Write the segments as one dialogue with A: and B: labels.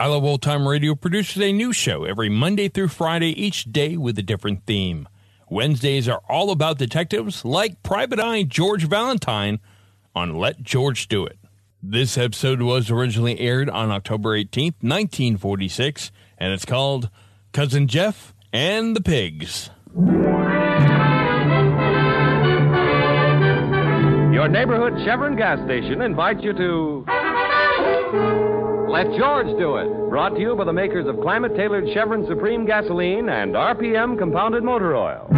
A: I Love Old Time Radio produces a new show every Monday through Friday, each day with a different theme. Wednesdays are all about detectives like Private Eye George Valentine on Let George Do It. This episode was originally aired on October 18th, 1946, and it's called Cousin Jeff and the Pigs.
B: Your neighborhood Chevron gas station invites you to. Let George do it. Brought to you by the makers of climate tailored Chevron Supreme gasoline and RPM compounded motor oil.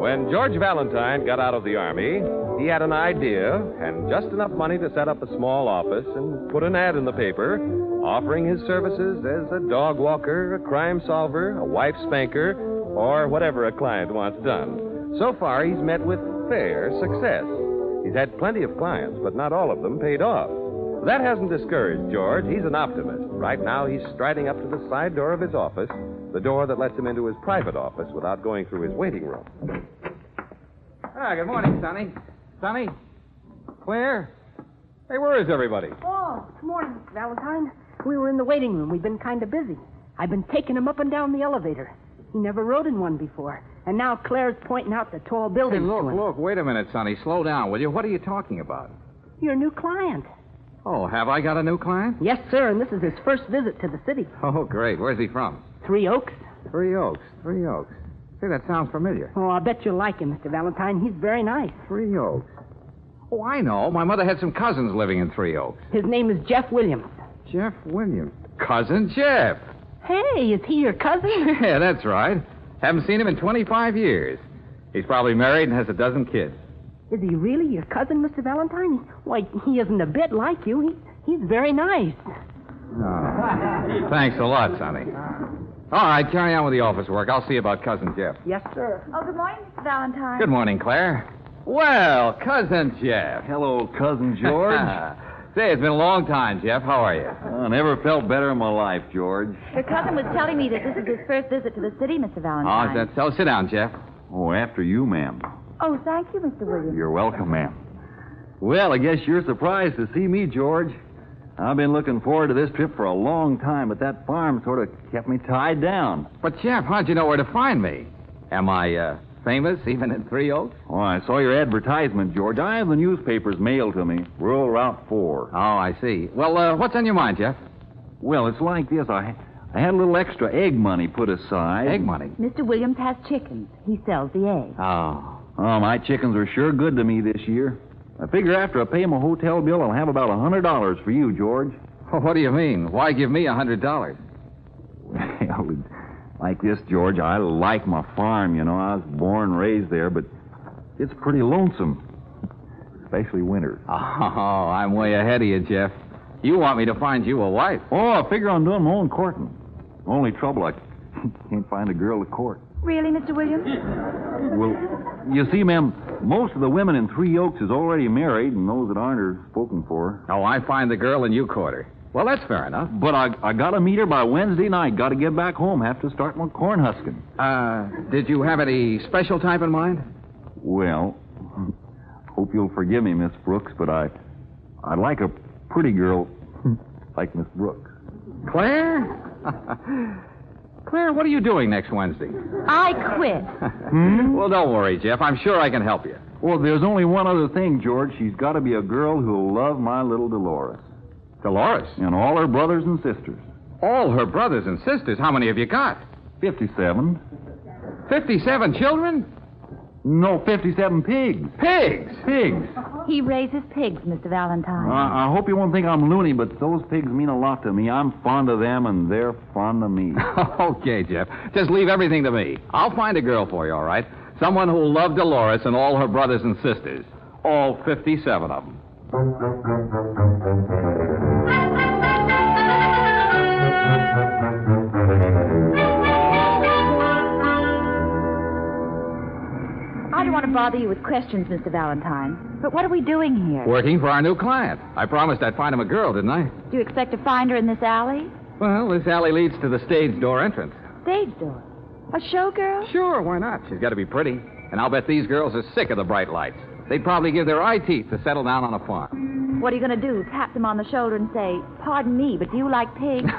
B: When George Valentine got out of the Army, he had an idea and just enough money to set up a small office and put an ad in the paper offering his services as a dog walker, a crime solver, a wife spanker, or whatever a client wants done. So far, he's met with fair success. He's had plenty of clients, but not all of them paid off. That hasn't discouraged George. He's an optimist. Right now, he's striding up to the side door of his office, the door that lets him into his private office without going through his waiting room. Ah, good morning, Sonny. Sonny? Claire? Hey, where is everybody?
C: Oh, good morning, Mr. Valentine. We were in the waiting room. We've been kind of busy. I've been taking him up and down the elevator. He never rode in one before. And now Claire's pointing out the tall
D: Hey,
C: building.
D: look, look, wait a minute, Sonny. Slow down, will you? What are you talking about?
C: Your new client.
D: Oh, have I got a new client?
C: Yes, sir, and this is his first visit to the city.
D: Oh, great. Where's he from?
C: Three Oaks.
D: Three Oaks. Three Oaks. Say, that sounds familiar.
C: Oh, I bet you'll like him, Mr. Valentine. He's very nice.
D: Three Oaks. Oh, I know. My mother had some cousins living in Three Oaks.
C: His name is Jeff Williams.
D: Jeff Williams. Cousin Jeff.
C: Hey, is he your cousin?
D: Yeah, that's right. Haven't seen him in 25 years. He's probably married and has a dozen kids.
C: is he really your cousin, Mr. Valentine? Why, he isn't a bit like you. He, he's very nice.
D: Oh. Thanks a lot, Sonny. All right, carry on with the office work. I'll see about Cousin Jeff.
C: Yes, sir.
E: Oh, good morning, Mr. Valentine.
D: Good morning, Claire. Well, Cousin Jeff. Hello, Cousin George. Say, it's been a long time, Jeff. How are you?
F: Oh, I never felt better in my life, George.
E: Your cousin was telling me that this is his first visit to the city,
G: Ah,
E: Mr.
D: Oh,
E: Valentine.
D: is that so? Sit down, Jeff.
F: Oh, after you, ma'am.
E: Oh, thank you, Mr. Williams.
F: You're welcome, ma'am. Well, I guess you're surprised to see me, George. I've been looking forward to this trip for a long time, but that farm sort of kept me tied down.
D: But, Jeff, how'd you know where to find me? Am I uh, famous even in Three Oaks?
F: Oh, I saw your advertisement, George. I have the newspapers mailed to me, Rural Route 4.
D: Oh, I see. Well, uh, what's on your mind, Jeff?
F: Well, it's like this. I, I had a little extra egg money put aside.
D: Egg money.
E: Mr. Williams has chickens. He sells the eggs.
D: Oh.
F: Oh, my chickens are sure good to me this year. I figure after I pay my hotel bill, I'll have about a $100 for you, George.
D: What do you mean? Why give me a $100?
F: Well, like this, George, I like my farm, you know. I was born and raised there, but it's pretty lonesome, especially winter.
D: Oh, I'm way ahead of you, Jeff. You want me to find you a wife.
F: Oh, I figure on doing my own courting. Only trouble, I
G: Can't find a girl to court.
H: Really, Mr. Williams?
G: Well, you see, ma'am, most of the women in Three Oaks is already married, and those that aren't are spoken for.
D: Oh, I find the girl and you court her. Well, that's fair enough.
G: But I, I gotta meet her by Wednesday night. Gotta get back home. Have to start my corn husking.
D: Uh, did you have any special type in mind?
G: Well, hope you'll forgive me, Miss Brooks, but I, I like a pretty girl like Miss Brooks.
D: Claire? Claire, what are you doing next Wednesday?
H: I quit.
D: Well, don't worry, Jeff. I'm sure I can help you.
G: Well, there's only one other thing, George. She's got to be a girl who'll love my little Dolores
D: Dolores?
G: and all her brothers and sisters.
D: All her brothers and sisters. How many have you got?
G: Fifty-seven?
D: 57 children?
G: No, fifty-seven pigs.
D: Pigs!
G: Pigs.
H: He raises pigs, Mr. Valentine.
G: I, I hope you won't think I'm loony, but those pigs mean a lot to me. I'm fond of them, and they're fond of me.
D: okay, Jeff. Just leave everything to me. I'll find a girl for you, all right? Someone who'll love Dolores and all her brothers and sisters. All 57 of them.
H: I don't want to bother you with questions, Mr. Valentine. But what are we doing here?
D: Working for our new client. I promised I'd find him a girl, didn't I?
H: Do you expect to find her in this alley?
D: Well, this alley leads to the stage door entrance.
H: Stage door. A showgirl?
D: Sure, why not? She's got to be pretty. And I'll bet these girls are sick of the bright lights. They'd probably give their eye teeth to settle down on a farm.
H: What are you going to do? Tap them on the shoulder and say, Pardon me, but do you like pigs?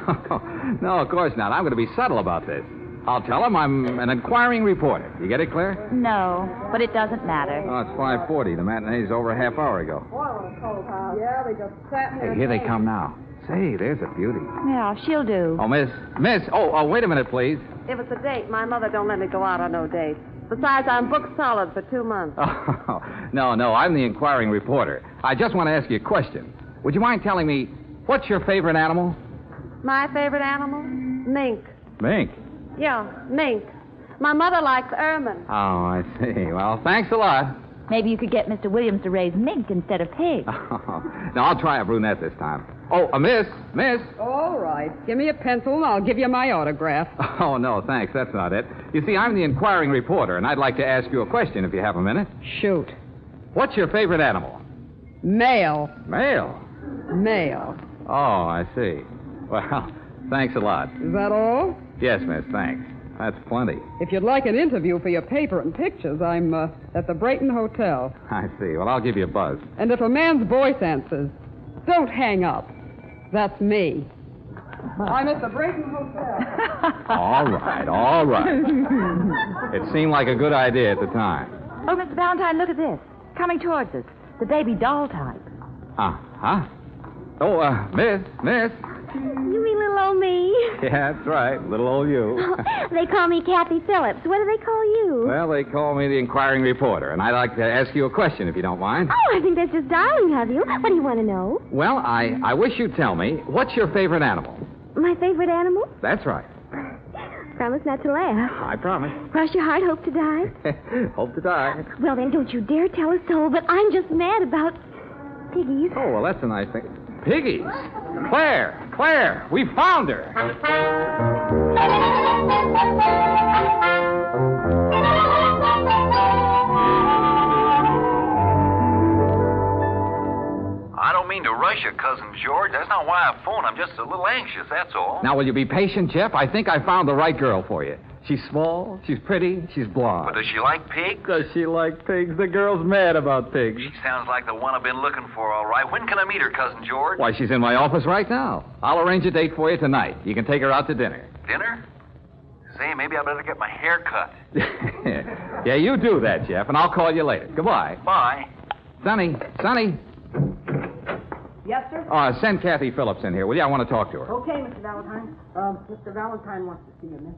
D: no, of course not. I'm going to be subtle about this. I'll tell them I'm an inquiring reporter. You get it, Claire?
H: no, but it doesn't matter.
D: Oh, it's 5.40. The matinee's over a half hour ago.
E: Yeah, they just sat
D: Hey, here they come now. Say, there's a beauty.
H: Yeah, she'll do.
D: Oh, miss. Miss. Oh, oh, wait a minute, please.
E: If it's a date, my mother don't let me go out on no dates. Besides, I'm booked solid for two months.
D: Oh, no, no, I'm the inquiring reporter. I just want to ask you a question. Would you mind telling me what's your favorite animal?
E: My favorite animal? Mink.
D: Mink.
E: Yeah, mink. My mother likes ermine.
D: Oh, I see. Well, thanks a lot.
H: Maybe you could get Mr. Williams to raise mink instead of pigs.
D: now, I'll try a brunette this time. Oh, a miss. Miss.
E: All right. Give me a pencil and I'll give you my autograph.
D: Oh, no, thanks. That's not it. You see, I'm the inquiring reporter, and I'd like to ask you a question if you have a minute.
E: Shoot.
D: What's your favorite animal?
E: Male.
D: Male.
E: Male.
D: Oh, I see. Well, thanks a lot.
E: Is that all?
D: Yes, miss, thanks. That's plenty.
E: If you'd like an interview for your paper and pictures, I'm uh, at the Brayton Hotel.
D: I see. Well, I'll give you a buzz.
E: And if a man's voice answers, don't hang up. That's me. I'm at the Brayton Hotel.
D: All right, all right. it seemed like a good idea at the time.
H: Oh, Mr. Valentine, look at this. Coming towards us. The baby doll type.
D: Huh? Huh? Oh, uh, miss, miss.
C: You mean little old me?
D: Yeah, that's right. Little old you.
C: they call me Kathy Phillips. What do they call you?
D: well, they call me the inquiring reporter, and I'd like to ask you a question if you don't mind.
C: Oh, I think that's just darling of you. What do you want to know?
D: Well, I, I wish you'd tell me what's your favorite animal?
C: My favorite animal?
D: That's right.
C: Promise not to laugh.
D: I promise.
C: Cross your heart, hope to die.
D: Hope to die.
C: Well, then, don't you dare tell a soul, but I'm just mad about piggies.
D: Oh, well, that's a nice thing. Piggies! Claire! Claire! We found her!
I: I don't mean to rush you, Cousin George. That's not why I phoned. I'm just a little anxious, that's all.
D: Now, will you be patient, Jeff? I think I found the right girl for you. She's small, she's pretty, she's blonde.
I: But does she like pigs?
D: Does she like pigs? The girl's mad about pigs.
I: She sounds like the one I've been looking for, all right. When can I meet her, Cousin George?
D: Why, she's in my office right now. I'll arrange a date for you tonight. You can take her out to dinner.
I: Dinner? Say, maybe I better get my hair cut.
D: yeah, you do that, Jeff, and I'll call you later. Goodbye.
I: Bye.
D: Sonny, Sonny,
J: Yes, sir?
D: uh, send Kathy Phillips in here, will you? I want to talk to her.
J: Okay, Mr. Valentine. Um, Mr. Valentine wants to see you, miss.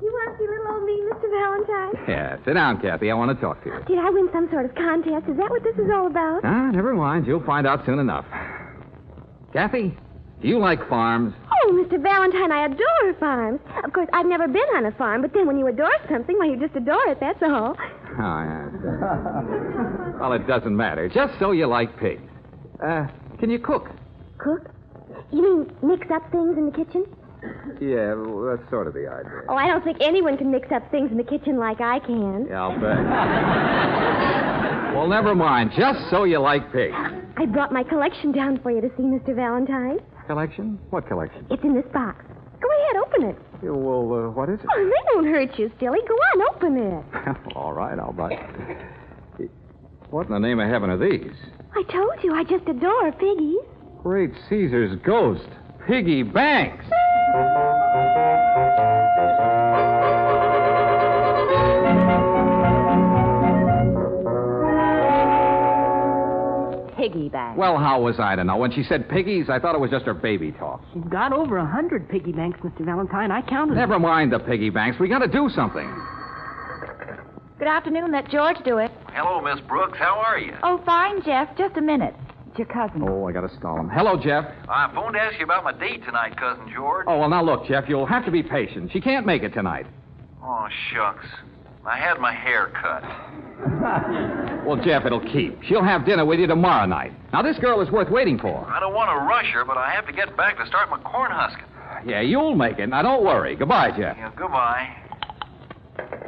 C: You want to see little old me, Mr. Valentine?
D: Yeah, sit down, Kathy. I want to talk to you.
C: Did I win some sort of contest? Is that what this is all about?
D: Ah, never mind. You'll find out soon enough. Kathy, do you like farms?
C: Oh, Mr. Valentine, I adore farms. Of course, I've never been on a farm, but then when you adore something, well, you just adore it, that's all.
D: Oh, yeah. sure. well, it doesn't matter. Just so you like pigs. Uh, can you cook?
C: Cook? You mean mix up things in the kitchen?
K: Yeah, well, that's sort of the idea.
L: Oh, I don't think anyone can mix up things in the kitchen like I can.
K: Yeah, I'll bet.
D: well, never mind. Just so you like pig.
L: I brought my collection down for you to see, Mr. Valentine.
K: Collection? What collection?
L: It's in this box. Go ahead, open it.
K: Yeah, well, uh, what is
L: Oh, they won't hurt you, Stilly. Go on, open it.
K: it? All right, I'll buy it. What in the name of heaven are these?
L: I told you, I just adore piggies.
D: Great Caesar's ghost, Piggy Banks.
C: Piggy bank.
D: Well, how was I to know? When she said piggies, I thought it was just her baby talk.
C: She's got over a hundred piggy banks, Mr. Valentine. I counted them.
D: Never mind the piggy banks. We got to do something.
E: Good afternoon. Let George do it.
G: Hello, Miss Brooks. How are you?
E: Oh, fine, Jeff. Just a minute. It's your cousin.
D: Oh, I got to stall him. Hello, Jeff.
G: I phoned to ask you about my date tonight, Cousin George.
D: Oh, well, now look, Jeff, you'll have to be patient. She can't make it tonight.
G: Oh, shucks. I had my hair cut.
D: Well, Jeff, it'll keep. She'll have dinner with you tomorrow night. Now, this girl is worth waiting for.
G: I don't want to rush her, but I have to get back to start my corn husking.
D: Yeah, you'll make it. Now, don't worry. Goodbye, Jeff.
G: Yeah, goodbye.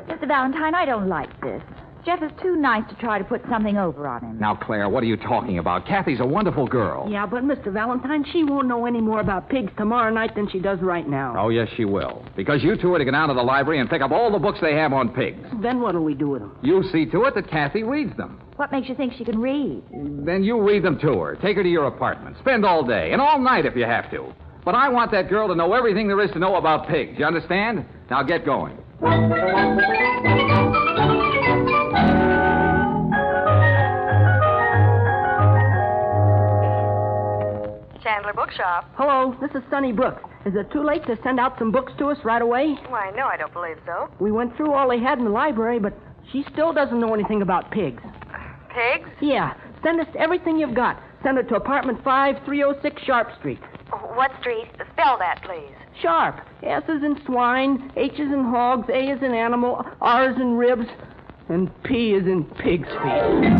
E: Mr. Valentine, I don't like this. Jeff is too nice to try to put something over on him.
D: Now, Claire, what are you talking about? Kathy's a wonderful girl.
C: Yeah, but Mr. Valentine, she won't know any more about pigs tomorrow night than she does right now.
D: Oh, yes, she will. Because you two are to go down to the library and pick up all the books they have on pigs.
C: Then what'll we do with them?
D: You see to it that Kathy reads them.
E: What makes you think she can read?
D: Then you read them to her. Take her to your apartment. Spend all day and all night if you have to. But I want that girl to know everything there is to know about pigs. You understand? Now get going.
M: Chandler Bookshop.
C: Hello, this is Sunny Brooks. Is it too late to send out some books to us right away?
M: Why, no, I don't believe so.
C: We went through all they had in the library, but she still doesn't know anything about pigs.
M: Pigs?
C: Yeah, send us everything you've got. Send it to apartment 5306 Sharp Street.
M: What street? Spell that, please.
C: Sharp. S is in swine, H is in hogs, A is in animal, R is in ribs, and P is in pig's feet.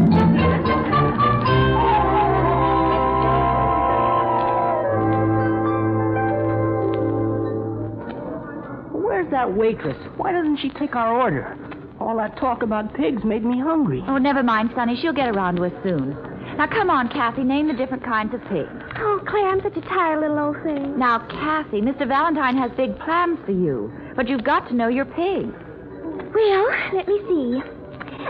C: Where's that waitress? Why doesn't she take our order? All that talk about pigs made me hungry.
E: Oh, never mind, Sonny. She'll get around to us soon. Now, come on, Kathy. Name the different kinds of pigs.
L: Oh, Claire, I'm such a tired little old thing.
E: Now, Kathy, Mr. Valentine has big plans for you, but you've got to know your pigs.
L: Well, let me see.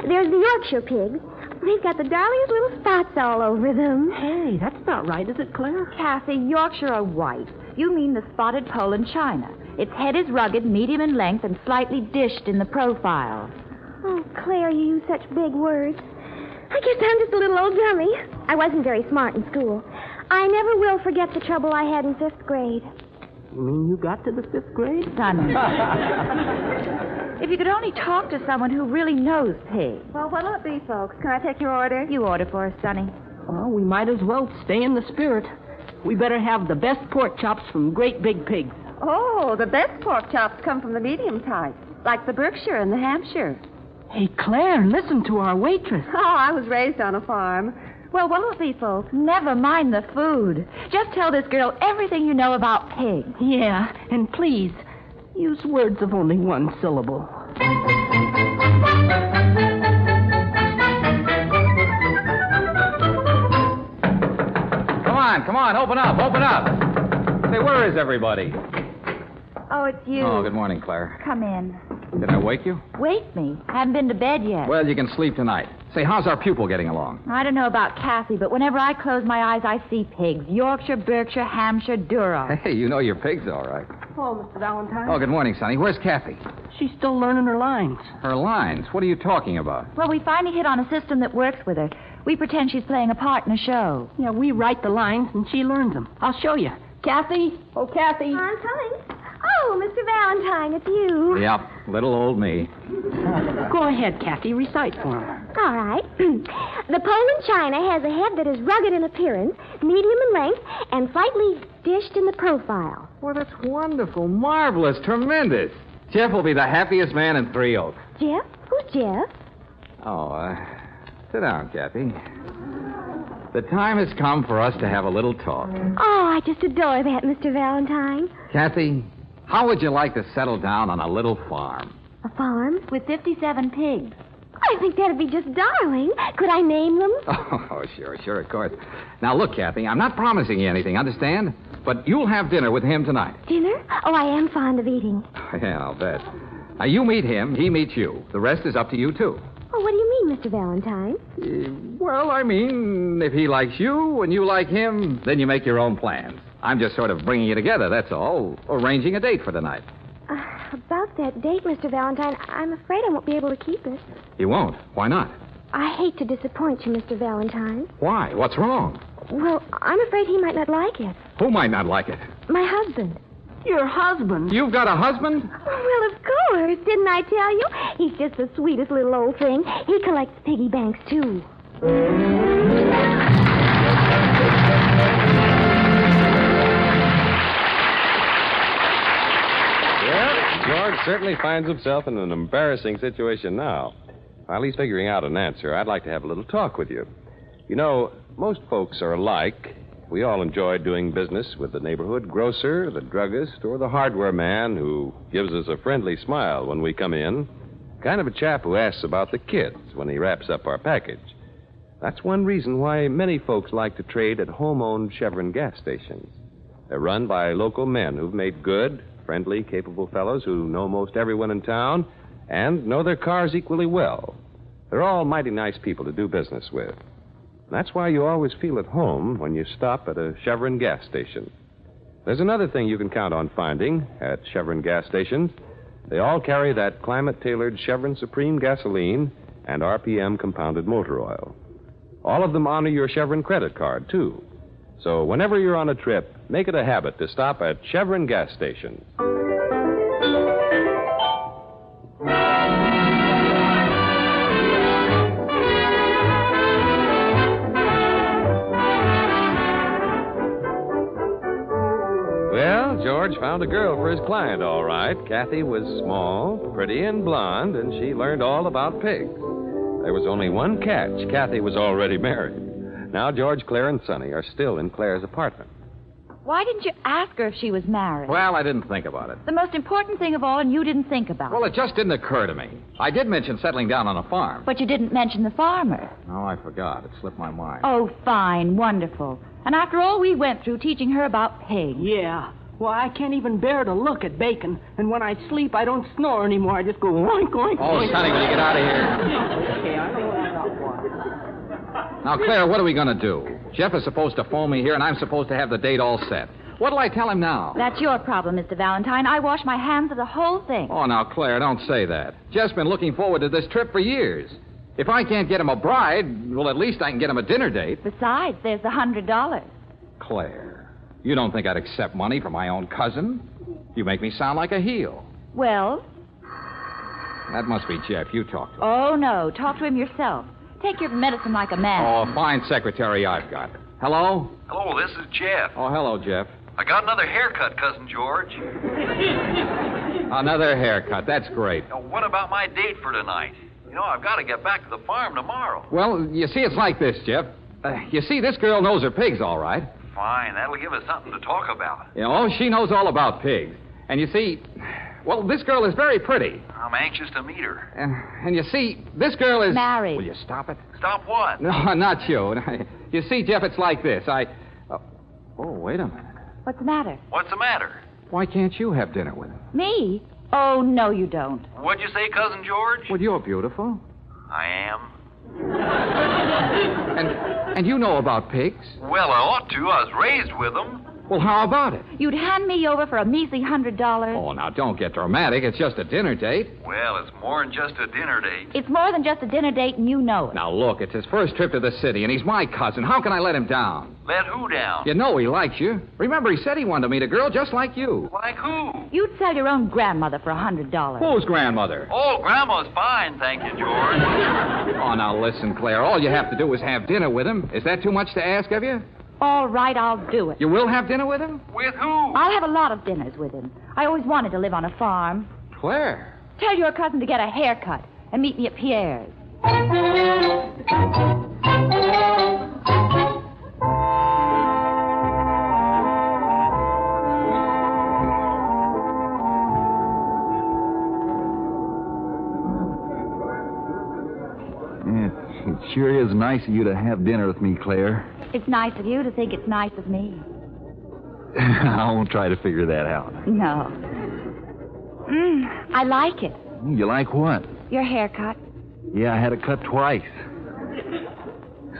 L: There's the Yorkshire pig. They've got the darlingest little spots all over them.
C: Hey, that's not right, is it, Claire?
E: Kathy, Yorkshire are white. You mean the spotted pole in China. Its head is rugged, medium in length, and slightly dished in the profile.
L: Oh, Claire, you use such big words. I guess I'm just a little old dummy. I wasn't very smart in school. I never will forget the trouble I had in fifth grade.
C: You mean you got to the fifth grade?
E: Sonny. If you could only talk to someone who really knows pigs.
M: Well, what'll it be, folks? Can I take your order?
E: You order for us, Sonny.
C: Well, we might as well stay in the spirit. We better have the best pork chops from great big pigs.
M: Oh, the best pork chops come from the medium type, like the Berkshire and the Hampshire.
C: Hey, Claire, listen to our waitress.
M: Oh, I was raised on a farm. Well, what'll it be, folks?
E: Never mind the food. Just tell this girl everything you know about pigs.
C: Yeah, and please, use words of only one syllable.
D: Come on, come on, open up, open up. Say, where is everybody?
E: Oh, it's you.
D: Oh, good morning, Claire.
E: Come in.
D: Did I wake you?
E: Wake me. Haven't been to bed yet.
D: Well, you can sleep tonight. Say, how's our pupil getting along?
E: I don't know about Kathy, but whenever I close my eyes, I see pigs. Yorkshire, Berkshire, Hampshire, Durham.
D: Hey, you know your pig's all right.
C: Hello, Mr. Valentine.
D: Oh, good morning, Sonny. Where's Kathy?
C: She's still learning her lines.
D: Her lines. What are you talking about?
E: Well, we finally hit on a system that works with her. We pretend she's playing a part in a show.
C: Yeah, we write the lines and she learns them. I'll show you. Kathy? Oh, Kathy.
L: I'm coming. Oh, Mr. Valentine, it's you.
D: Yep, little old me.
C: Go ahead, Kathy. Recite for him.
L: All right. the pole in China has a head that is rugged in appearance, medium in length, and slightly dished in the profile.
D: Well, that's wonderful, marvelous, tremendous. Jeff will be the happiest man in Three Oaks.
L: Jeff? Who's Jeff?
D: Oh, uh, sit down, Kathy. The time has come for us to have a little talk.
L: Oh, I just adore that, Mr. Valentine.
D: Kathy, how would you like to settle down on a little farm?
L: A farm?
E: With 57 pigs.
L: I think that'd be just darling. Could I name them?
D: Oh, sure, sure, of course. Now, look, Kathy, I'm not promising you anything, understand? But you'll have dinner with him tonight.
L: Dinner? Oh, I am fond of eating.
D: Yeah, I'll bet. Now, you meet him, he meets you. The rest is up to you, too. Eh,
L: Oh, what do you mean, Mr. Valentine?
D: Well, I mean, if he likes you and you like him, then you make your own plans. I'm just sort of bringing you together, that's all, arranging a date for tonight.
L: Uh, about that date, Mr. Valentine, I'm afraid I won't be able to keep it.
D: You won't. Why not?
L: I hate to disappoint you, Mr. Valentine.
D: Why? What's wrong?
L: Well, I'm afraid he might not like it.
D: Who might not like it?
L: My husband.
C: Your husband?
D: You've got a husband?
L: Oh, Well, of course. Didn't I tell you? He's just the sweetest little old thing. He collects piggy banks, too.
B: Yep, George certainly finds himself in an embarrassing situation now. While he's figuring out an answer, I'd like to have a little talk with you. You know, most folks are alike. We all enjoy doing business with the neighborhood grocer, the druggist, or the hardware man who gives us a friendly smile when we come in. Kind of a chap who asks about the kids when he wraps up our package. That's one reason why many folks like to trade at home owned Chevron gas stations. They're run by local men who've made good, friendly, capable fellows who know most everyone in town and know their cars equally well. They're all mighty nice people to do business with. That's why you always feel at home when you stop at a Chevron gas station. There's another thing you can count on finding at Chevron gas stations. They all carry that climate tailored Chevron Supreme gasoline and RPM compounded motor oil. All of them honor your Chevron credit card, too. So whenever you're on a trip, make it a habit to stop at Chevron gas stations. Well, George found a girl for his client, all right. Kathy was small, pretty, and blonde, and she learned all about pigs. There was only one catch Kathy was already married. Now, George, Claire, and Sonny are still in Claire's apartment.
E: Why didn't you ask her if she was married?
D: Well, I didn't think about it.
E: The most important thing of all, and you didn't think about
D: Well, it just didn't occur to me. I did mention settling down on a farm.
E: But you didn't mention the farmer.
D: Oh, I forgot. It slipped my mind.
E: Oh, fine, wonderful. And after all we went through teaching her about pigs.
C: Yeah. Well, I can't even bear to look at bacon. And when I sleep, I don't snore anymore. I just go oink, oink,
D: Oh,
C: oink.
D: Sonny, will you get out of here?
C: Okay, I know what about
D: Now, Claire, what are we going to do? Jeff is supposed to phone me here, and I'm supposed to have the date all set. What'll I tell him now?
E: That's your problem, Mr. Valentine. I wash my hands of the whole thing.
D: Oh, now, Claire, don't say that. Jeff's been looking forward to this trip for years. If I can't get him a bride, well, at least I can get him a dinner date.
E: Besides, there's the hundred dollars.
D: Claire, you don't think I'd accept money from my own cousin? You make me sound like a heel.
E: Well,
D: That must be Jeff. You talk to him.
E: oh no, talk to him yourself. Take your medicine like a man.
D: Oh, a fine secretary I've got. Hello?
G: Hello, this is Jeff.
D: Oh, hello, Jeff.
G: I got another haircut, Cousin George.
D: Another haircut. That's great.
G: Now, what about my date for tonight? You know, I've got to get back to the farm tomorrow.
D: Well, you see, it's like this, Jeff. Uh, you see, this girl knows her pigs all right.
G: Fine, that'll give us something to talk about.
D: You know, she knows all about pigs. And you see, well, this girl is very pretty.
G: I'm anxious to meet her.
D: Uh, and you see, this girl is. Married. Will you stop it?
G: Stop what?
D: No, not you. You see, Jeff, it's like this. I. Uh, oh, wait a minute.
E: What's the matter?
G: What's the matter?
D: Why can't you have dinner with him?
E: Me? Oh no, you don't.
G: What'd you say, Cousin George?
D: Well, you're beautiful.
G: I am.
D: And you know about pigs.
G: Well, I ought to. I was raised with them.
D: Well, how about it?
E: You'd hand me over for a measly hundred dollars.
D: Oh, now don't get dramatic. It's just a dinner date.
G: Well, it's more than just a dinner date.
E: It's more than just a dinner date, and you know it.
D: Now, look, it's his first trip to the city, and he's my cousin. How can I let him down?
G: Let who down?
D: You know he likes you. Remember, he said he wanted to meet a girl just like you.
G: Like who?
E: You'd sell your own grandmother for a hundred dollars.
D: Who's grandmother?
G: Oh, Grandma's fine, thank you, George.
D: Oh, now listen, Claire. All you have to do is have dinner with him. Is that too much to ask of you?
E: All right, I'll do it.
D: You will have dinner with him?
G: With who?
E: I'll have a lot of dinners with him. I always wanted to live on a farm.
D: Claire.
E: Tell your cousin to get a haircut and meet me at Pierre's.
G: It sure is nice of you to have dinner with me, Claire.
E: It's nice of you to think it's nice of me.
G: I won't try to figure that out.
E: No. Mm, I like it.
G: You like what?
E: Your haircut.
G: Yeah, I had it cut twice.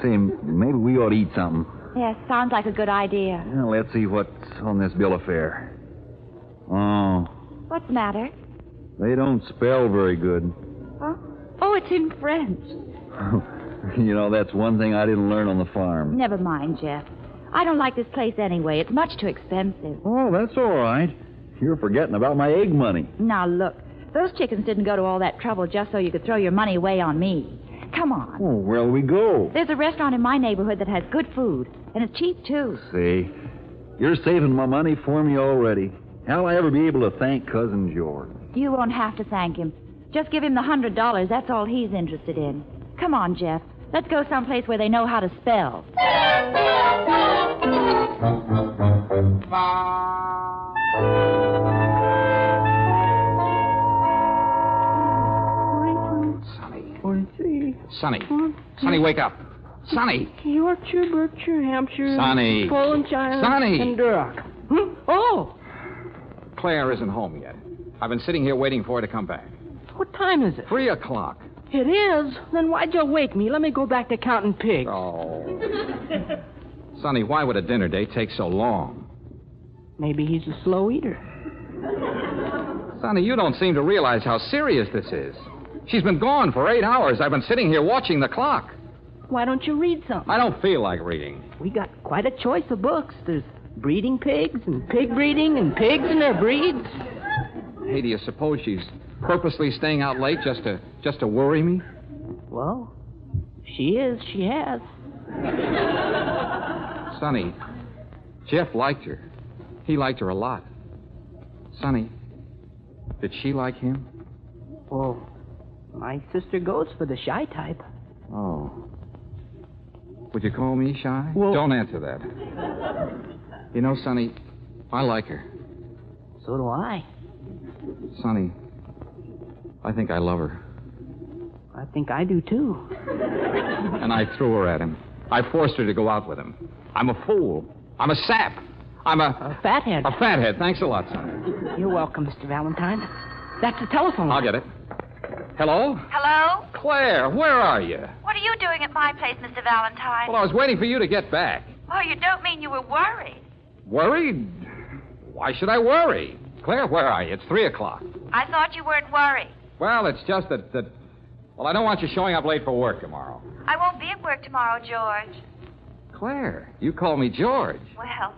G: Say, m- maybe we ought to eat something.
E: Yes, sounds like a good idea.
G: Yeah, let's see what's on this bill of fare. Oh,
E: What's the matter?
G: they don't spell very good.
E: Huh? Oh, it's in French.
G: you know, that's one thing I didn't learn on the farm.
E: Never mind, Jeff. I don't like this place anyway. It's much too expensive.
G: Oh, that's all right. You're forgetting about my egg money.
E: Now, look. Those chickens didn't go to all that trouble just so you could throw your money away on me. Come on.
G: Oh, where'll we go?
E: There's a restaurant in my neighborhood that has good food, and it's cheap, too.
G: See, you're saving my money for me already. How'll I ever be able to thank Cousin George?
E: You won't have to thank him. Just give him the hundred dollars. That's all he's interested in. Come on, Jeff. Let's go someplace where they know how to spell.
D: Sonny. Sonny, wake up. Sonny.
C: Yorkshire, Berkshire, Hampshire.
D: Sonny.
C: Polandshire.
D: Sonny.
C: And Duroc. Hmm? Oh,
D: Claire isn't home yet. I've been sitting here waiting for her to come back.
C: what time is it?
D: Three o'clock.
C: It is. Then why'd you wake me? Let me go back to counting pigs.
D: Oh. Sonny, why would a dinner date take so long?
C: Maybe he's a slow eater.
D: Sonny, you don't seem to realize how serious this is. She's been gone for eight hours. I've been sitting here watching the clock.
C: Why don't you read something?
D: I don't feel like reading.
C: We got quite a choice of books. There's breeding pigs and pig breeding and pigs and their breeds.
D: Hey, do you suppose she's purposely staying out late just to just to worry me?
C: Well, she is. She has.
D: Sonny, Jeff liked her. He liked her a lot. Sonny, did she like him?
C: Well, my sister goes for the shy type.
D: Oh. Would you call me shy? Don't answer that. You know, Sonny, I like her.
C: So do I.
D: Sonny, I think I love her.
C: I think I do too.
D: And I threw her at him. I forced her to go out with him. I'm a fool. I'm a sap. I'm a.
C: Fathead.
D: A fathead. Thanks a lot, Sonny.
C: You're welcome, Mr. Valentine. That's the telephone.
D: I'll get it. Hello?
N: Hello?
D: Claire, where are you?
N: What are you doing at my place, Mr. Valentine?
D: Well, I was waiting for you to get back.
N: Oh, you don't mean you were worried.
D: Worried? Why should I worry? Claire, where are you? It's three o'clock.
N: I thought you weren't worried.
D: Well, it's just that, that. Well, I don't want you showing up late for work tomorrow.
N: I won't be at work tomorrow, George.
D: Claire, you call me George.
N: Well,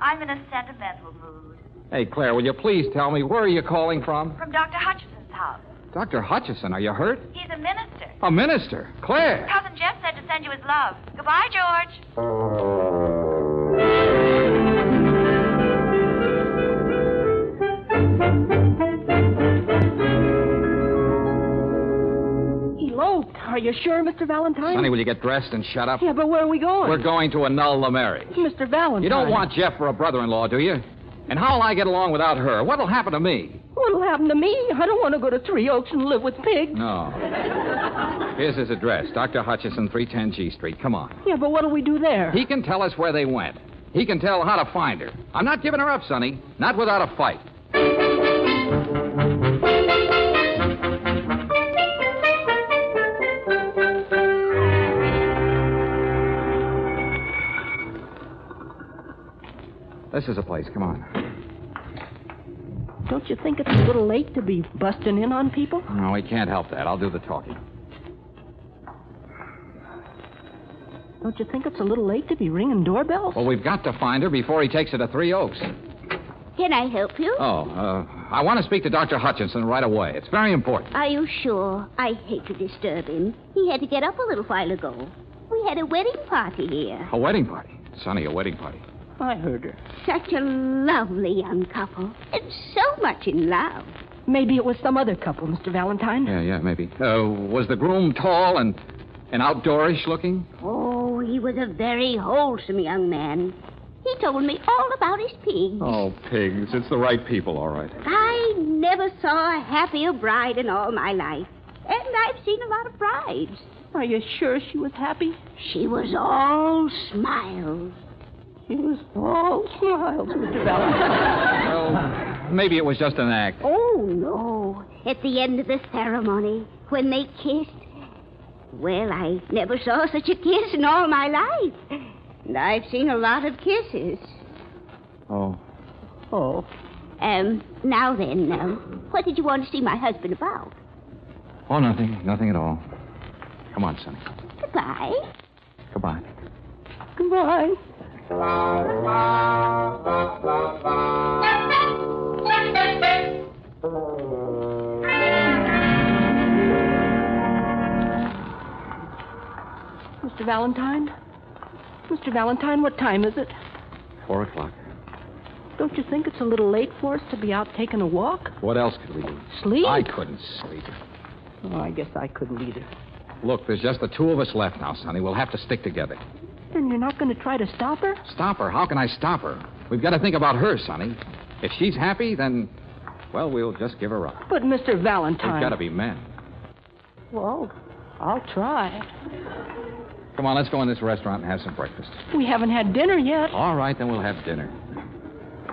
N: I'm in a sentimental mood.
D: Hey, Claire, will you please tell me where are you calling from?
N: From Dr. Hutchison's house.
D: Dr. Hutchison, are you hurt?
N: He's a minister.
D: A minister. Claire.
N: Cousin Jeff said to send you his love. Goodbye, George.
C: Eloped. Are you sure, Mr. Valentine?
D: Sonny, will you get dressed and shut up?
C: Yeah, but where are we going?
D: We're going to annul the marriage.
C: Mr. Valentine.
D: You don't want Jeff for a brother in law, do you? And how'll I get along without her? What'll happen to me?
C: What'll happen to me? I don't want to go to Three Oaks and live with pigs.
D: No. Here's his address Dr. Hutchison, 310 G Street. Come on.
C: Yeah, but what'll we do there?
D: He can tell us where they went. He can tell how to find her. I'm not giving her up, Sonny. Not without a fight. This is a place. Come on.
C: Don't you think it's a little late to be busting in on people?
D: No, we can't help that. I'll do the talking.
C: Don't you think it's a little late to be ringing doorbells?
D: Well, we've got to find her before he takes her to Three Oaks.
J: Can I help you?
D: Oh, uh, I want to speak to Dr. Hutchinson right away. It's very important.
J: Are you sure? I hate to disturb him. He had to get up a little while ago. We had a wedding party here.
D: A wedding party. Sonny, a wedding party.
C: I heard her.
J: Such a lovely young couple. And so much in love.
C: Maybe it was some other couple, Mr. Valentine.
D: Yeah, yeah, maybe. Uh, was the groom tall and, and outdoorish looking?
J: Oh, he was a very wholesome young man. He told me all about his pigs.
D: Oh, pigs. It's the right people, all right.
J: I never saw a happier bride in all my life. And I've seen a lot of brides.
O: Are you sure she was happy?
J: She was all smiles. She was all smiles, Mr. Valentine.
D: Maybe it was just an act.
J: Oh, no. At the end of the ceremony, when they kissed, well, I never saw such a kiss in all my life. And I've seen a lot of kisses.
D: Oh.
J: Oh. Um, now then, um, what did you want to see my husband about?
D: Oh, nothing. Nothing at all. Come on, Sonny.
J: Goodbye.
D: Goodbye.
J: Goodbye.
C: Mr. Valentine? Mr. Valentine, what time is it?
D: Four o'clock.
C: Don't you think it's a little late for us to be out taking a walk?
D: What else could we do?
C: Sleep?
D: I couldn't sleep.
C: Oh, I guess I couldn't either.
D: Look, there's just the two of us left now, Sonny. We'll have to stick together.
C: And you're not going to try to stop her?
D: Stop her. How can I stop her? We've got to think about her, Sonny. If she's happy, then, well, we'll just give her up.
C: But, Mr. Valentine.
D: We've got to be men.
C: Well, I'll try.
D: Come on, let's go in this restaurant and have some breakfast.
C: We haven't had dinner yet.
D: All right, then we'll have dinner.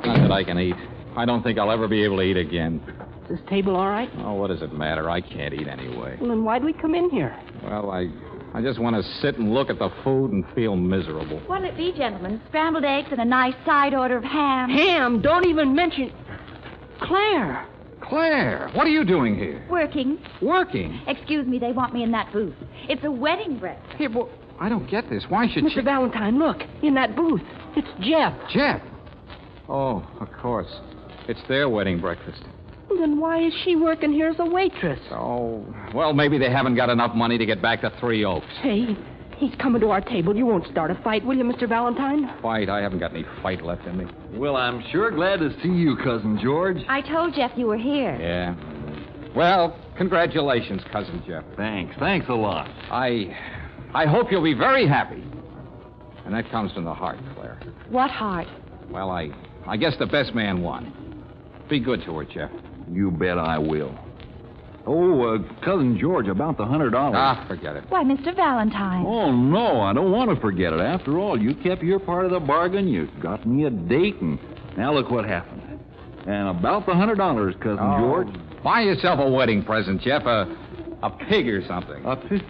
D: Not that I can eat. I don't think I'll ever be able to eat again.
C: Is this table all right?
D: Oh, what does it matter? I can't eat anyway.
C: Well, then why'd we come in here?
D: Well, I, I just want to sit and look at the food and feel miserable.
E: What'll it be, gentlemen? Scrambled eggs and a nice side order of ham.
C: Ham? Don't even mention. Claire.
D: Claire, what are you doing here?
E: Working.
D: Working.
E: Excuse me, they want me in that booth. It's a wedding breakfast.
D: Here, boy. I don't get this. Why should
C: Mr.
D: she?
C: Valentine, look, in that booth. It's Jeff.
D: Jeff. Oh, of course. It's their wedding breakfast.
C: Then why is she working here as a waitress?
D: Oh, well, maybe they haven't got enough money to get back to Three Oaks.
C: Hey, he's coming to our table. You won't start a fight, will you, Mr. Valentine?
D: Fight. I haven't got any fight left in me.
G: Well, I'm sure glad to see you, Cousin George.
E: I told Jeff you were here.
D: Yeah. Well, congratulations, cousin Jeff.
G: Thanks. Thanks a lot.
D: I I hope you'll be very happy. And that comes from the heart, Claire.
E: What heart?
D: Well, I I guess the best man won. Be good to her, Jeff.
G: You bet I will. Oh, uh, Cousin George, about the $100.
D: Ah, forget it.
E: Why, Mr. Valentine.
G: Oh, no, I don't want to forget it. After all, you kept your part of the bargain. You got me a date, and now look what happened. And about the $100, Cousin
D: Oh,
G: George.
D: Buy yourself a wedding present, Jeff. A, a pig or something.
G: A pig?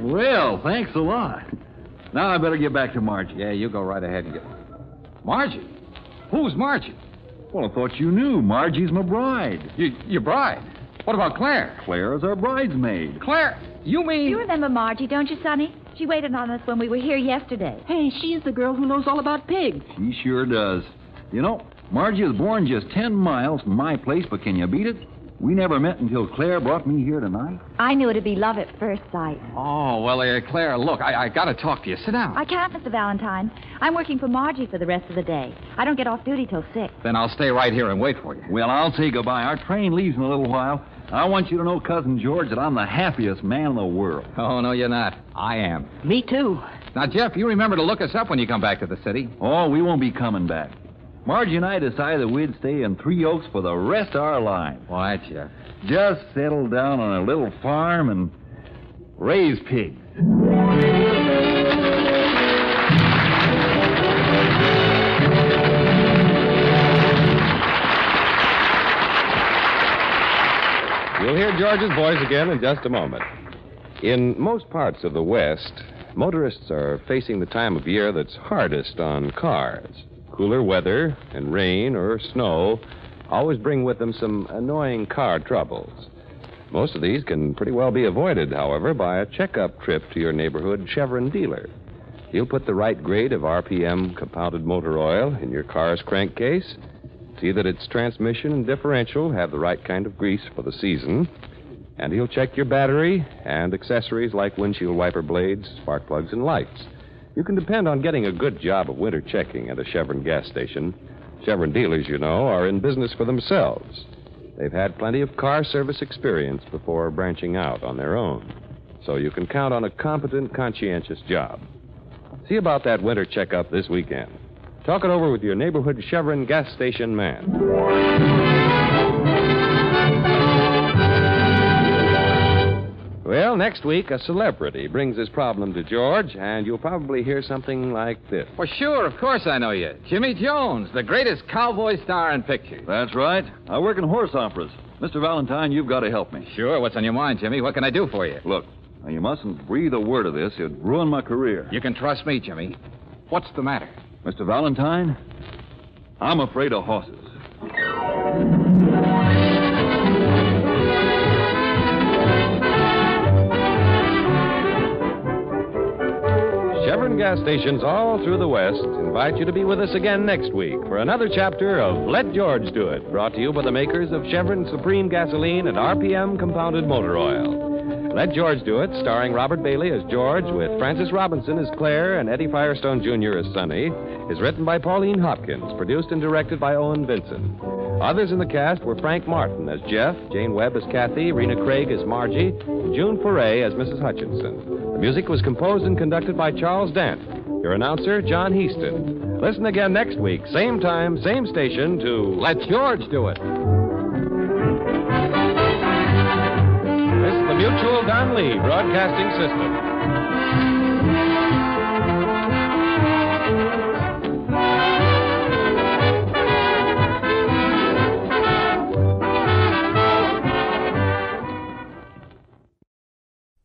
G: Well, thanks a lot. Now I better get back to Margie.
D: Yeah, you go right ahead and get. Margie? Who's Margie?
G: Well, I thought you knew. Margie's my bride.
D: You, your bride? What about Claire?
G: Claire is our bridesmaid.
D: Claire, you mean.
E: You remember Margie, don't you, Sonny? She waited on us when we were here yesterday.
C: Hey, she's the girl who knows all about pigs.
G: She sure does. You know, Margie is born just 10 miles from my place, but can you beat it? We never met until Claire brought me here tonight.
E: I knew it'd be love at first sight.
D: Oh, well, uh, Claire, look, I, I got to talk to you. Sit down.
E: I can't, Mr. Valentine. I'm working for Margie for the rest of the day. I don't get off duty till six.
D: Then I'll stay right here and wait for you.
G: Well, I'll say goodbye. Our train leaves in a little while. I want you to know, Cousin George, that I'm the happiest man in the world.
D: Oh, no, you're not. I am.
C: Me, too.
D: Now, Jeff, you remember to look us up when you come back to the city.
G: Oh, we won't be coming back. Margie and I decided we'd stay in Three Oaks for the rest of our lives.
D: Why, Jeff?
G: Just settle down on a little farm and raise pigs.
P: You'll hear George's voice again in just a moment. In most parts of the West, motorists are facing the time of year that's hardest on cars. Cooler weather and rain or snow always bring with them some annoying car troubles. Most of these can pretty well be avoided, however, by a checkup trip to your neighborhood Chevron dealer. He'll put the right grade of RPM compounded motor oil in your car's crankcase See that its transmission and differential have the right kind of grease for the season. And he'll check your battery and accessories like windshield wiper blades, spark plugs, and lights. You can depend on getting a good job of winter checking at a Chevron gas station. Chevron dealers, you know, are in business for themselves. They've had plenty of car service experience before branching out on their own. So you can count on a competent, conscientious job. See about that winter checkup this weekend. Talk it over with your neighborhood Chevron gas station man. Well,
D: next week, a celebrity brings his problem to George, and you'll probably hear something like this.
Q: Well, sure, of course I know you. Jimmy Jones, the greatest cowboy star in pictures.
G: That's right. I work in horse operas. Mr. Valentine, you've got to help me.
Q: Sure, what's on your mind, Jimmy? What can I do for you?
G: Look, now you mustn't breathe a word of this. It'd ruin my career.
Q: You can trust me, Jimmy. What's the matter?
G: Mr. Valentine, I'm afraid of horses.
D: Chevron gas stations all through the West invite you to be with us again next week for another chapter of Let George Do It, brought to you by the makers of Chevron Supreme Gasoline and RPM Compounded Motor Oil. Let George Do It, starring Robert Bailey as George, with Francis Robinson as Claire and Eddie Firestone Jr. as Sonny, is written by Pauline Hopkins, produced and directed by Owen Vinson. Others in the cast were Frank Martin as Jeff, Jane Webb as Kathy, Rena Craig as Margie, and June Foray as Mrs. Hutchinson. The music was composed and conducted by Charles Dant. Your announcer, John Heaston. Listen again next week, same time, same station, to Let George Do It. This is the Mutual Don Lee Broadcasting System.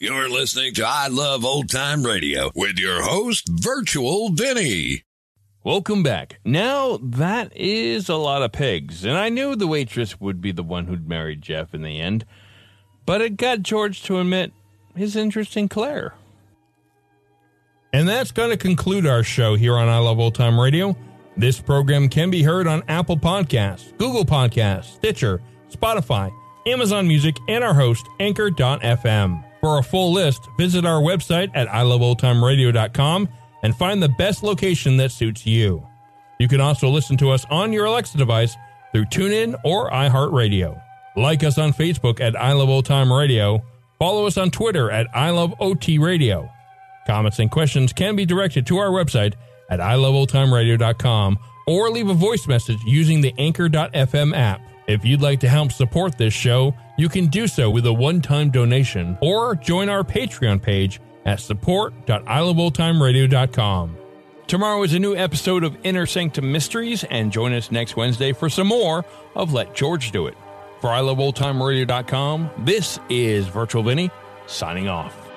R: You're listening to I Love Old Time Radio with your host, Virtual Vinny.
A: Welcome back. Now, that is a lot of pigs, and I knew the waitress would be the one who'd marry Jeff in the end, but it got George to admit his interest in Claire. And that's going to conclude our show here on I Love Old Time Radio. This program can be heard on Apple Podcasts, Google Podcasts, Stitcher, Spotify, Amazon Music, and our host, Anchor.fm. For a full list, visit our website at iloveoldtimeradio.com and find the best location that suits you. You can also listen to us on your Alexa device through TuneIn or iHeartRadio. Like us on Facebook at I Love Old Time Radio. Follow us on Twitter at I Love OT Radio. Comments and questions can be directed to our website at iloveoldtimeradio.com or leave a voice message using the anchor.fm app. If you'd like to help support this show, you can do so with a one-time donation or join our Patreon page at support.iloveoldtimeradio.com. Tomorrow is a new episode of Inner Sanctum Mysteries, and join us next Wednesday for some more of Let George Do It. For iloveoldtimeradio.com, this is Virtual Vinny signing off.